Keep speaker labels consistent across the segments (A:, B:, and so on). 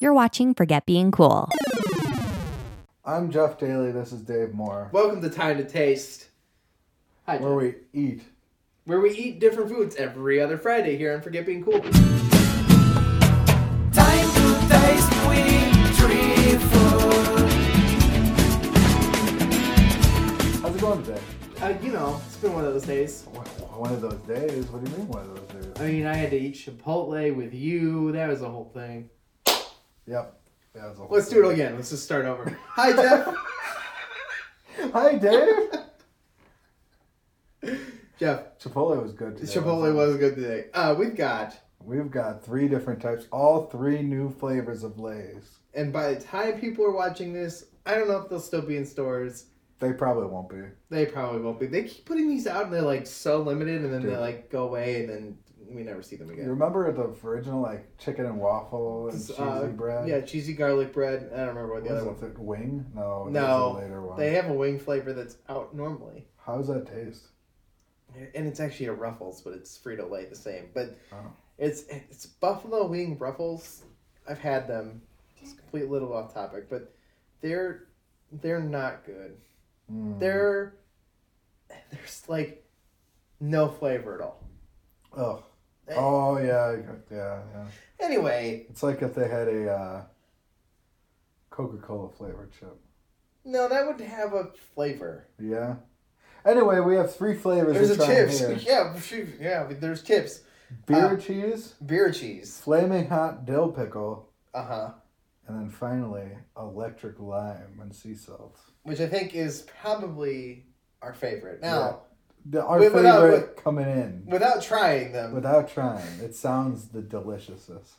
A: You're watching Forget Being Cool.
B: I'm Jeff Daly. This is Dave Moore.
C: Welcome to Time to Taste. Hi,
B: Where
C: Jeff.
B: we eat.
C: Where we eat different foods every other Friday here on Forget Being Cool.
D: Time to taste Queen food.
B: How's it going today?
C: Uh, you know, it's been one of those days.
B: Wh- One of those days. What do you mean one of those days?
C: I mean, I had to eat Chipotle with you. That was a whole thing.
B: Yep. Yeah, that's all.
C: Let's do it again. Let's just start over. Hi, Jeff.
B: Hi, Dave.
C: Jeff,
B: Chipotle was good today.
C: Chipotle was good today. Uh, we've got,
B: We've got three different types, all three new flavors of Lay's.
C: and by the time people are watching this, I don't know if they'll still be in stores.
B: They probably won't be.
C: They probably won't be. They keep putting these out, and they're like so limited, and then they
B: Dude.
C: like go away, and then we never see them
B: You
C: again.
B: remember the original like chicken and waffle and
C: It's,
B: cheesy
C: uh,
B: bread?
C: Yeah, cheesy garlic bread. I don't remember what
B: What
C: the other one.
B: was it? Wing? No. that was
C: No,
B: a later one.
C: They have a wing flavor that's out normally,
B: How does that taste?
C: and it's actually a Ruffles, but it's Frito Lay the same. But
B: Oh.
C: it's it's buffalo wing Ruffles. I've had them. Just complete little off topic, but they're they're not good.
B: Mm.
C: They're there's like no flavor at all.
B: Ugh. Oh yeah, yeah, yeah.
C: Anyway,
B: It's like if they had a uh, Coca-Cola flavored chip.
C: no, that would have a flavor.
B: Yeah. Anyway, we have three flavors.
C: There's
B: to try
C: a chips.
B: here.
C: Yeah, shoot, yeah. There's chips.
B: Beer cheese,
C: Beer cheese.
B: flaming hot dill pickle,
C: Uh huh.
B: and then finally electric lime and sea salt.
C: which I think is probably our favorite. Now,
B: The, our
C: Wait, without-
B: favorite coming in
C: without trying them,
B: without trying. It sounds the deliciousest.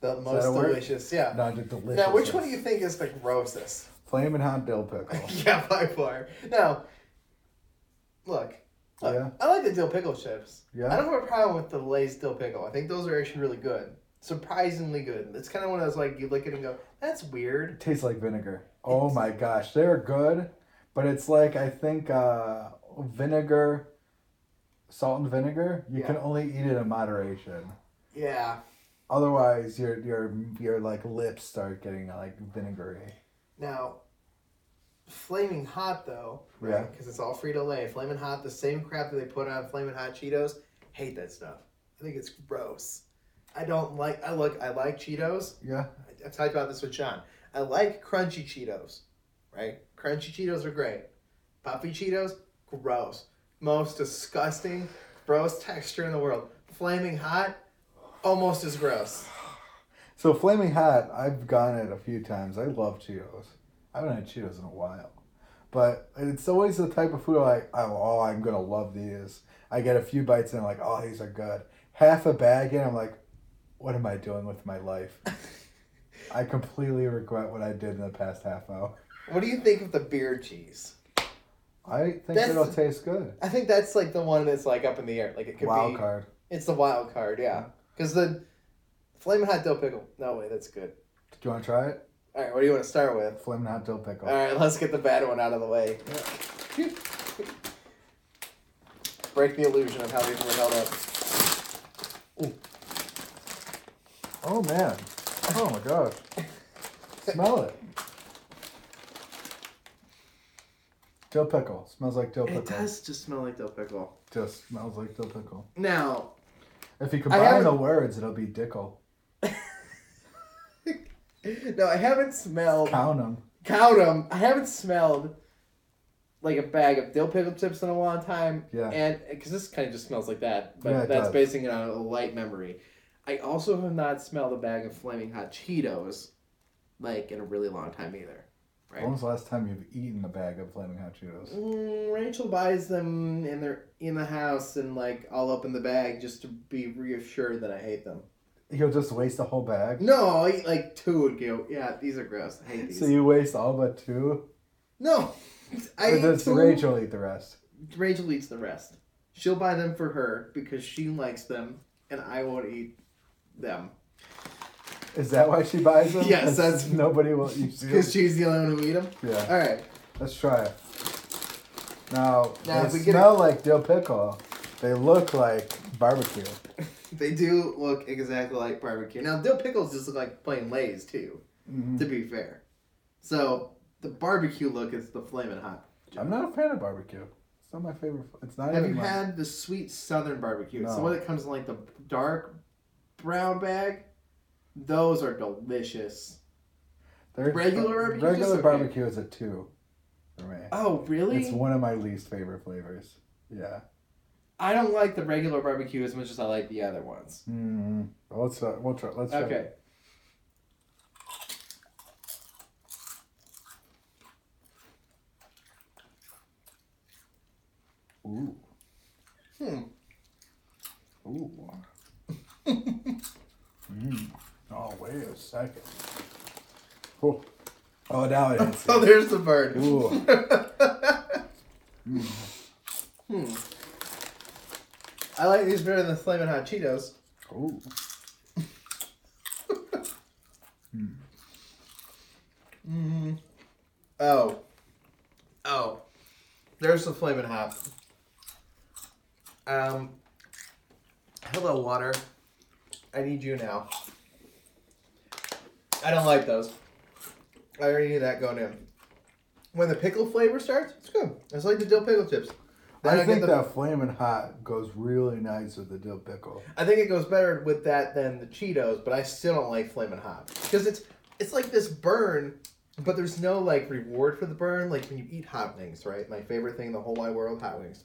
C: the
B: that
C: most
B: a word?
C: delicious. Yeah.
B: Not the delicious.
C: now, which one do you think is the grossest?
B: Flaming hot dill pickle.
C: yeah, by far. Now, look. look,
B: Yeah.
C: I like the dill pickle chips.
B: Yeah.
C: I don't have a problem with the Lay's dill pickle. I think those are actually really good. Surprisingly good. It's kind of one of those like you look at it and go, "That's weird."
B: tastes like vinegar. Oh my gosh, they're good, but it's like I think uh, vinegar, salt and vinegar. You can only eat it in moderation.
C: Yeah.
B: Otherwise, your your your like lips start getting like vinegary.
C: Now, flaming hot though,
B: Yeah.
C: right? Because it's all Frito Lay. Flaming hot, the same crap that they put on flaming hot Cheetos. Hate that stuff. I think it's gross. I don't like. I look. I like Cheetos.
B: Yeah,
C: I, I talked about this with John. I like crunchy Cheetos, right? Crunchy Cheetos are great. Puffy Cheetos, gross. Most disgusting, gross texture in the world. Flaming hot, almost as gross.
B: So flaming hot, I've gone it a few times. I love Cheetos. I haven't had Cheetos in a while, but it's always the type of food I like. Oh, oh, I'm gonna love these. I get a few bites and I'm like, oh, these are good. Half a bag in, I'm like, what am I doing with my life? I completely regret what I did in the past half hour.
C: What do you think of the beer cheese?
B: I think
C: That's-
B: it'll taste good.
C: I think that's like the one that's like up in the air. Like it could
B: Wild
C: be.
B: card.
C: It's the wild card, yeah. Because the flaming hot dill pickle. No way, that's good.
B: Do you want to try it?
C: All right, what do you want to start with?
B: Flaming hot dill pickle.
C: All right, let's get the bad one out of the way. Break the illusion of how these were held up.
B: Oh man. Oh my gosh. Smell it. Dill pickle. Smells like dill pickle.
C: It does just smell like dill pickle.
B: Just smells like dill pickle.
C: Now,
B: If you
C: I
B: combine
C: haven't-
B: the words, it'll be dickle.
C: no, I haven't smelled.
B: Count them.
C: count them. I haven't smelled like a bag of dill pickle chips in a long time.
B: Yeah.
C: And because this kind of just smells like that, but
B: Yeah, it
C: that's
B: does.
C: basing it on a light memory. I also have not smelled a bag of flaming hot Cheetos like in a really long time either. Right.
B: When was the last time you've eaten a bag of Flaming Hot Cheetos?
C: Mm, Rachel buys them and they're in the house and like all up in the bag just to be reassured that I hate them.
B: You'll just waste a whole bag.
C: No, I'll eat like two and go, yeah, these are gross. I hate these.
B: So you waste all but two.
C: no, I
B: Or
C: eat
B: does
C: two.
B: Rachel eat the rest?
C: Rachel eats the rest. She'll buy them for her because she likes them, and I won't eat them
B: Is that why she buys them?
C: Yes,
B: 'Cause
C: that's-
B: nobody will eat them?
C: because she's the only one who eat them.
B: Yeah.
C: All right.
B: Let's try it. Now,
C: Now, if
B: they
C: we get
B: smell like dill pickle. They look like barbecue.
C: They do look exactly like barbecue. Now, dill pickles just look like plain Lay's, too, to be fair. So, the barbecue look is the flaming hot.
B: I'm not a fan of barbecue. It's not my favorite. f- It's not
C: Have
B: even
C: you
B: my,
C: had the sweet southern barbecue? It's the
B: No.
C: one that comes in like the dark brown bag. Those are delicious.
B: they're-
C: regular barbecue?
B: Regular
C: Just okay.
B: barbecue is a two for me.
C: Oh, really?
B: It's one of my least favorite flavors. Yeah.
C: I don't like the regular barbecue as much as I like the other ones.
B: Mm. Let's uh, we'll try. Let's try.
C: Okay.
B: Ooh.
C: Hmm.
B: Ooh. mm. Oh wait a second. Oh, oh now I didn't
C: Oh,
B: see.
C: there's the bird.
B: Ooh.
C: Hmm. I like these better than the Flamin' Hot Cheetos.
B: Ooh.
C: Mm. Oh. Oh. There's the Flamin' Hot. Um. Hello, water. I need you now. I don't like those. I already knew that going in. When the pickle flavor starts, it's good. It's like the dill pickle chips. Then
B: I
C: get
B: think
C: the-
B: that flaming hot goes really nice with the dill pickle.
C: I think it goes better with that than the Cheetos, but I still don't like Flamin' Hot because it's it's like this burn, but there's no like reward for the burn. Like when you eat hot wings, right? My favorite thing in the whole wide world, hot wings.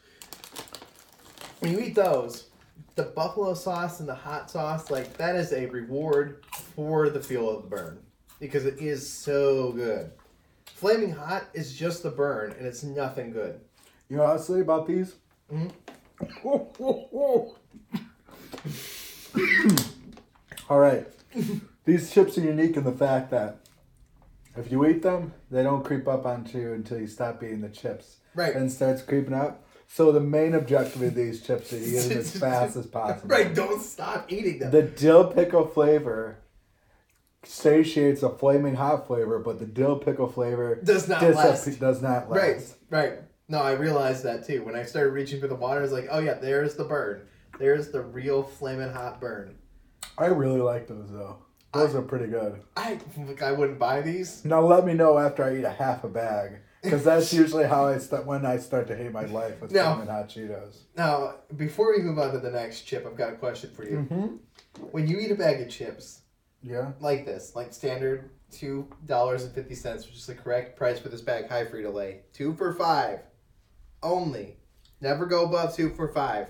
C: When you eat those, the buffalo sauce and the hot sauce, like that is a reward for the feel of the burn because it is so good. Flaming hot is just the burn, and it's nothing good.
B: You know what I'll say about these?
C: Mm-hmm.
B: All right. These chips are unique in the fact that if you eat them, they don't creep up onto you until you stop eating the chips.
C: Right.
B: And starts creeping up. So the main objective of these chips is to eat them as fast as possible.
C: Right? Don't stop eating them.
B: The dill pickle flavor satiates a flaming hot flavor, but the dill pickle flavor
C: Does not
B: disappe-
C: last.
B: Does not last.
C: Right, right. No, I realized that too. When I started reaching for the water, I was like, oh yeah, there's the burn. There's the real flaming hot burn.
B: I really like those though. Those are pretty good.
C: I like, I wouldn't buy these.
B: Now let me know after I eat a half a bag, because that's usually how I start when I start to hate my life with
C: No.
B: flaming hot Cheetos.
C: Now, before we move on to the next chip, I've got a question for you. When you eat a bag of chips
B: Yeah.
C: like this, like standard two dollars and fifty cents, which is the correct price for this bag, high free to lay. Two for five. Only. Never go above two for five.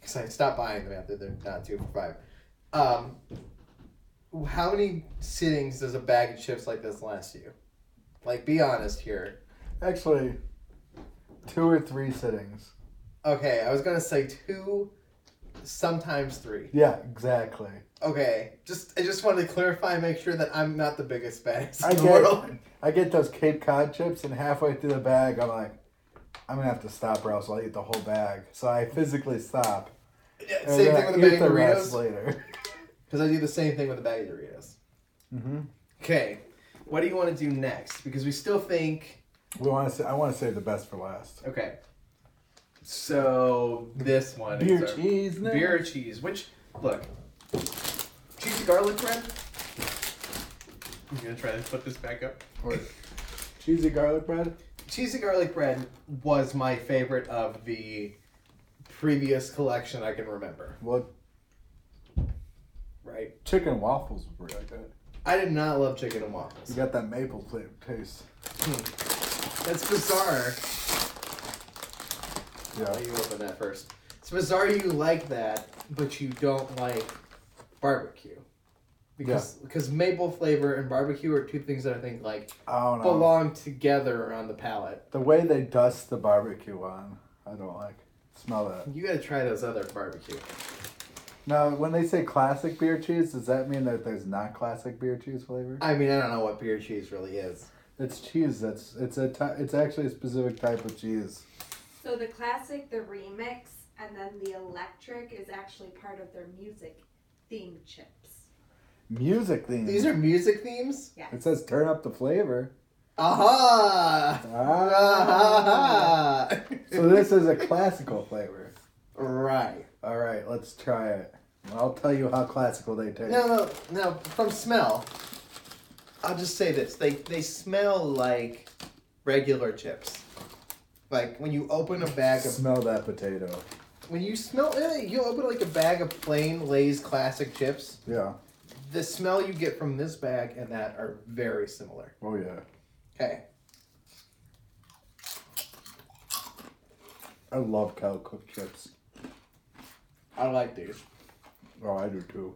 C: Because I stopped buying them after they're not two for five. Um, how many sittings does a bag of chips like this last you? Like, be honest here.
B: Actually, two or three sittings.
C: Okay, I was gonna say two, sometimes three.
B: Yeah, exactly.
C: Okay, just I just wanted to clarify, and make sure that I'm not the biggest fan
B: I
C: in the
B: get
C: world.
B: I get those Cape Cod chips, and halfway through the bag, I'm like, I'm gonna have to stop, or else I'll eat the whole bag. So I physically stop.
C: Yeah,
B: and
C: Same
B: then
C: thing
B: I
C: with the
B: eat
C: bag of
B: rest
C: Doritos.
B: later.
C: Because I do the same thing with the bag of Doritos.
B: hmm
C: Okay, what do you want to do next? Because we still think.
B: We want to. I want to save the best for last.
C: Okay. So this one. is
B: Beer
C: our-
B: cheese. now?
C: Beer cheese. Which look. Cheesy garlic bread. I'm gonna try to put this back up.
B: Or cheesy garlic bread.
C: Cheesy garlic bread was my favorite of the previous collection I can remember.
B: Well,
C: Right.
B: chicken waffles were really good.
C: I did not love chicken and
B: You
C: waffles.
B: got that maple flavor taste.
C: That's bizarre.
B: Yeah.
C: Let you open that first. It's bizarre you like that, but you don't like barbecue. Because because maple flavor and barbecue are two things that I think like
B: I don't know.
C: belong together on the palate.
B: The way they dust the barbecue on, I don't like. Smell that.
C: You gotta try those other barbecue.
B: Now, when they say classic beer cheese, does that mean that there's not classic beer cheese flavor?
C: I mean, I don't know what beer cheese really is.
B: It's cheese. That's it's a ty- it's actually a specific type of cheese.
E: So the classic, the remix, and then the electric is actually part of their music themed chips.
B: Music theme.
C: These are music themes.
E: Yeah.
B: It says turn up the flavor.
C: Aha!
B: Ah.
C: Aha!
B: so this is a classical flavor.
C: right.
B: All right, let's try it. I'll tell you how classical they taste.
C: No, no, no. From smell, I'll just say this: they they smell like regular chips. Like when you open a bag of
B: Smell that potato.
C: when you smell eh, you open like a bag of plain Lay's classic chips.
B: Yeah.
C: The smell you get from this bag and that are very similar.
B: Oh yeah.
C: Okay,
B: I love cow cooked chips.
C: I like these.
B: Oh, I do too.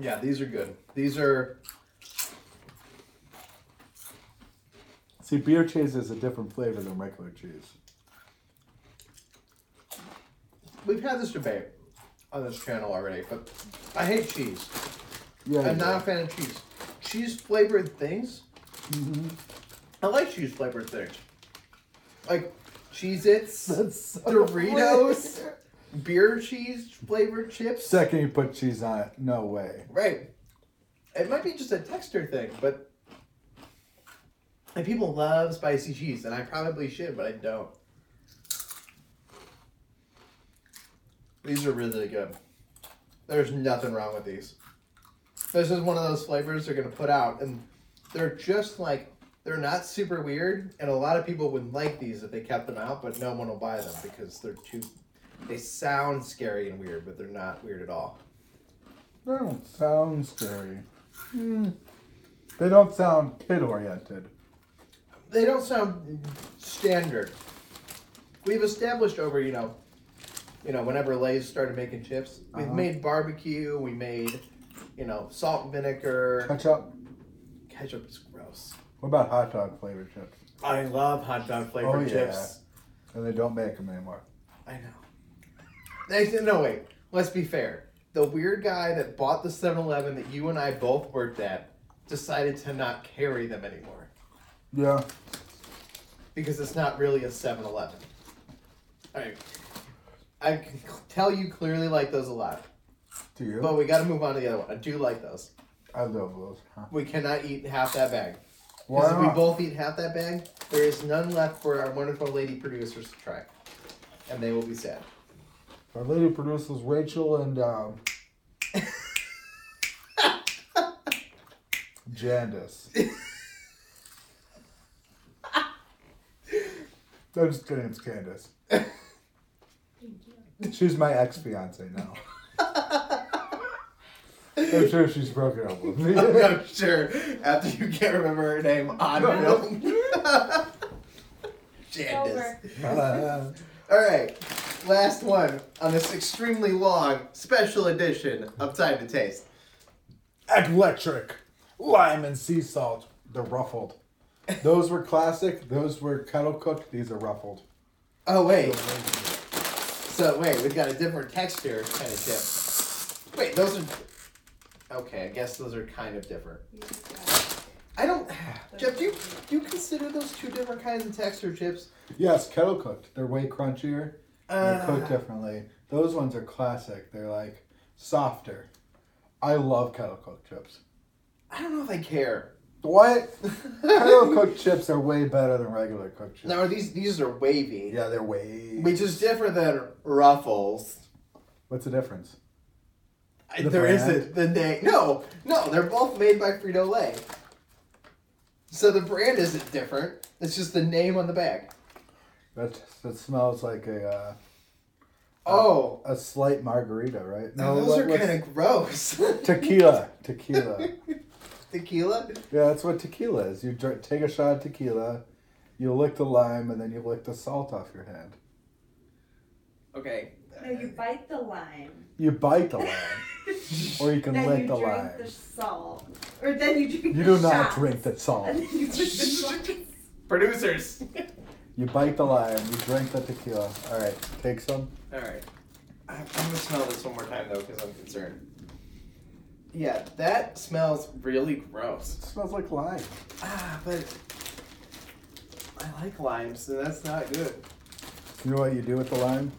C: Yeah, these are good. These are
B: See, beer cheese is a different flavor than regular cheese.
C: we've had this debate on this channel already, but I hate cheese.
B: Yeah.
C: I'm not a fan of cheese. Cheese flavored things. I like cheese flavored things, like Cheez Its,
B: That's so
C: Doritos,
B: weird.
C: beer cheese flavored chips.
B: Second you put cheese on it, no way.
C: Right. It might be just a texture thing, but and people love spicy cheese, and I probably should, but I don't. These are really good. There's nothing wrong with these. This is one of those flavors they're gonna put out, and they're just like they're not super weird, and a lot of people would like these if they kept them out, but no one will buy them because they're too. They sound scary and weird, but they're not weird at all.
B: They don't sound scary. Hmm. They don't sound kid oriented.
C: they don't sound standard. We've established over, you know, you know, whenever Lay's started making chips, we've
B: Uh-huh.
C: made barbecue, we made, you know, salt and vinegar.
B: Ketchup.
C: Ketchup is gross.
B: What about hot dog flavored chips?
C: I love hot dog flavored
B: Oh, yeah.
C: chips.
B: And they don't make them anymore.
C: I know. They said- no, wait. Let's be fair. The weird guy that bought the 7-Eleven that you and I both worked at decided to not carry them anymore
B: Yeah.
C: because it's not really a 7-Eleven. All right. I can cl- tell you clearly like those a lot,
B: Do you?
C: but we got to move on to the other one. I do like those.
B: I love those. Huh?
C: We cannot eat half that bag.
B: Why
C: Because if we
B: not?
C: both eat half that bag, there is none left for our wonderful lady producers to try, and they will be sad.
B: Our lady producers Rachel and um, Jandis. I'm just kidding. It's Candace. She's my ex fiance now. I'm sure she's broken up with me.
C: I'm sure after you can't remember her name on film. Jandis.
B: Uh,
E: Over.
C: All right, last one on this extremely long special edition of Time to Taste.
B: electric lime and sea salt. They're ruffled. Those were classic. Those were kettle cooked. These are ruffled.
C: Oh wait. So wait, we've got a different texture kind of chip. Wait, those are. Okay, I guess those are kind of different. I don't. Jeff, do you, do you consider those two different kinds of texture chips?
B: Yes, kettle cooked. They're way crunchier. They're
C: Ah.
B: cooked differently. Those ones are classic. They're like softer. I love kettle cooked chips.
C: I don't know if I care.
B: What? kettle cooked chips are way better than regular cooked chips.
C: Now are these these are wavy,
B: Yeah, they're way.
C: which is different than ruffles.
B: What's the difference?
C: I-
B: The
C: There
B: brand?
C: isn't the name. No, no, they're both made by Frito Lay. So the brand isn't different. It's just the name on the bag.
B: That that smells like a uh,
C: Oh,
B: a slight margarita, right?
C: now those
B: what-
C: are
B: what's-
C: kind of gross.
B: tequila. Tequila.
C: Tequila?
B: Yeah, that's what tequila is. You drink, take a shot of tequila, you lick the lime, and then you lick the salt off your hand.
C: Okay.
E: No, you bite the lime.
B: You bite the lime, or you can
E: then
B: lick
E: you
B: the
E: drink
B: lime.
E: the salt. Or then you drink
B: You
E: the
B: do not
E: shots.
B: drink the salt.
E: And then you drink the shots.
C: Producers.
B: You bite the lime. You drink the tequila. All right, take some.
C: All right. I'm gonna smell this one more time though, because I'm concerned. Yeah, that smells really gross.
B: It smells like lime.
C: Ah, but I like limes, and that's not good.
B: You know what you do with the lime?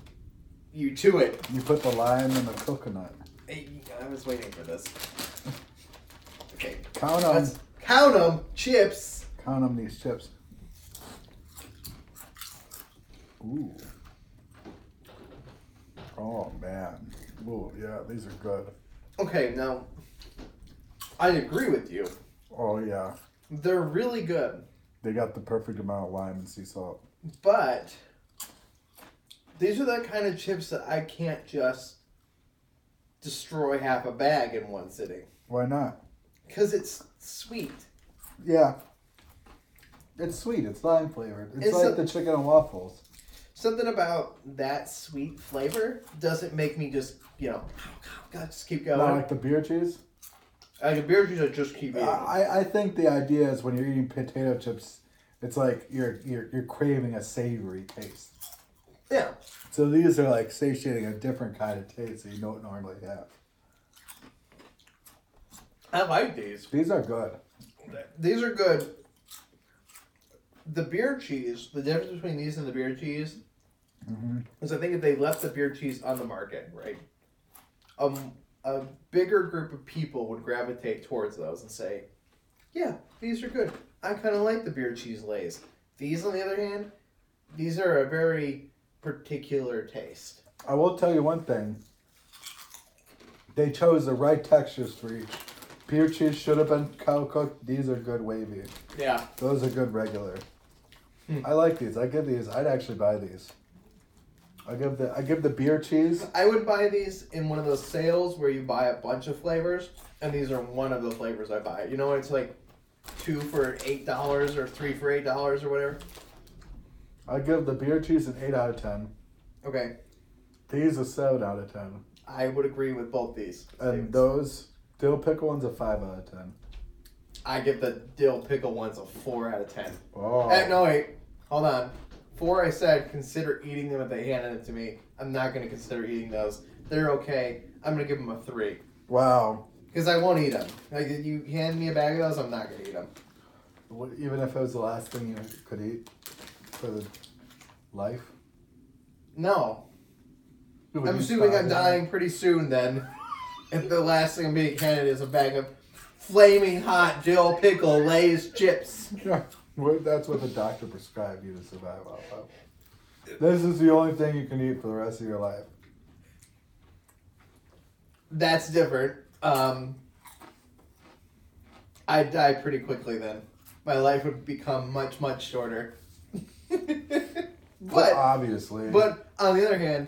C: You chew it.
B: You put the lime in the coconut.
C: Hey, I was waiting for this. Okay.
B: Count them.
C: Let's count them. Chips.
B: Count them. These chips. Ooh. Oh Oh man. Ooh, yeah, these are good.
C: Okay, now I agree with you.
B: Oh yeah.
C: They're really good,
B: They got the perfect amount of lime and sea salt.
C: but these are the kind of chips that I can't just destroy half a bag in one sitting
B: Why not?
C: because it's sweet.
B: Yeah. It's sweet, it's lime flavored. It's,
C: It's
B: like
C: a-
B: the chicken and waffles.
C: Something about that sweet flavor doesn't make me just, you know, God, just keep going.
B: Not like the beer cheese.
C: Like a beer juice, I just keep eating.
B: I, I think the idea is when you're eating potato chips, it's like you're you're, you're craving a savory taste.
C: yeah.
B: So these are like satiating a different kind of taste that you don't normally have.
C: I like these.
B: These are good.
C: These are good. The beer cheese, the difference between these and the beer cheese
B: Mhm.
C: is I think if they left the beer cheese on the market, right? Um, a bigger group of people would gravitate towards those and say, yeah, these are good. I kind of like the beer cheese lays. These, on the other hand, these are a very particular taste.
B: I will tell you one thing. They chose the right textures for each. Beer cheese should have been cow cooked. These are good wavy.
C: Yeah.
B: Those are good regular.
C: Hmm.
B: I like these. I give these. I'd actually buy these. I give the I give the beer cheese.
C: I would buy these in one of those sales where you buy a bunch of flavors, and these are one of the flavors I buy. You know, it's like two for eight dollars or three for eight dollars or whatever.
B: I give the beer cheese an eight out of ten.
C: Okay,
B: These a seven out of ten,
C: I would agree with both these.
B: and
C: statements.
B: those dill pickle ones a five out of ten.
C: I give the dill pickle ones a four out of ten.
B: Oh,
C: Eh, no wait, hold on. Four, I said consider eating them if they handed it to me. I'm not gonna consider eating those. They're okay. I'm gonna give them a three
B: wow!
C: because I won't eat them. Like you hand me a bag of those, I'm not gonna eat them.
B: What, even if it was the last thing you could eat for the life,
C: No,
B: Would
C: I'm
B: you
C: assuming
B: die
C: I'm
B: then?
C: dying pretty soon then. And the last thing I'm being handed is a bag of flaming hot dill pickle Lay's chips.
B: Yeah, well, that's what the doctor prescribed you to survive off of. This is the only thing you can eat for the rest of your life.
C: That's different. Um, I'd die pretty quickly then. My life would become much, much shorter.
B: Well,
C: but,
B: obviously,
C: but on the other hand,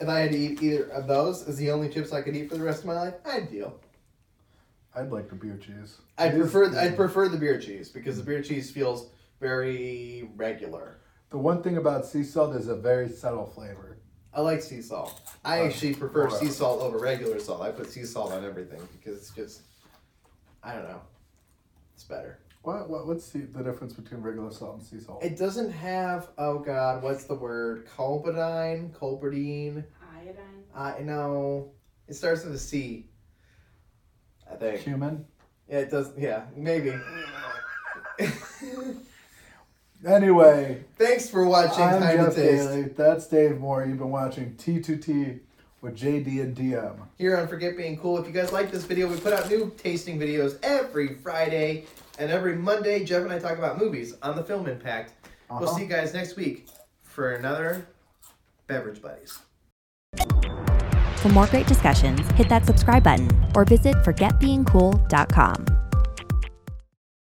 C: if I had to eat either of those as the only chips I could eat for the rest of my life, I'd deal.
B: I'd like the beer cheese. It
C: I'd
B: is-
C: prefer I'd prefer the beer cheese because the beer cheese feels very regular.
B: The one thing about sea salt is a very subtle flavor.
C: I like sea salt. I
B: Uh,
C: actually prefer
B: alright.
C: sea salt over regular salt. I put sea salt on everything because it's just, I don't know, it's better.
B: What, what what's the, the difference between regular salt and sea salt?
C: It doesn't have oh god, what's the word? Colbidine, colbidine.
E: Iodine.
C: I know it starts with a C. I think.
B: Cumin.
C: Yeah, it does. Yeah, maybe.
B: Anyway,
C: Thanks for watching
B: I'm
C: Time
B: Jeff
C: to Taste
B: Daly. That's Dave Moore. You've been watching T2T with JD and DM.
C: here on Forget Being Cool. If you guys like this video, we put out new tasting videos every Friday and every Monday. Jeff and I talk about movies on the Film Impact. We'll
B: Uh-huh.
C: see you guys next week for another Beverage Buddies.
A: For more great discussions, hit that subscribe button or visit forgetbeingcool.com.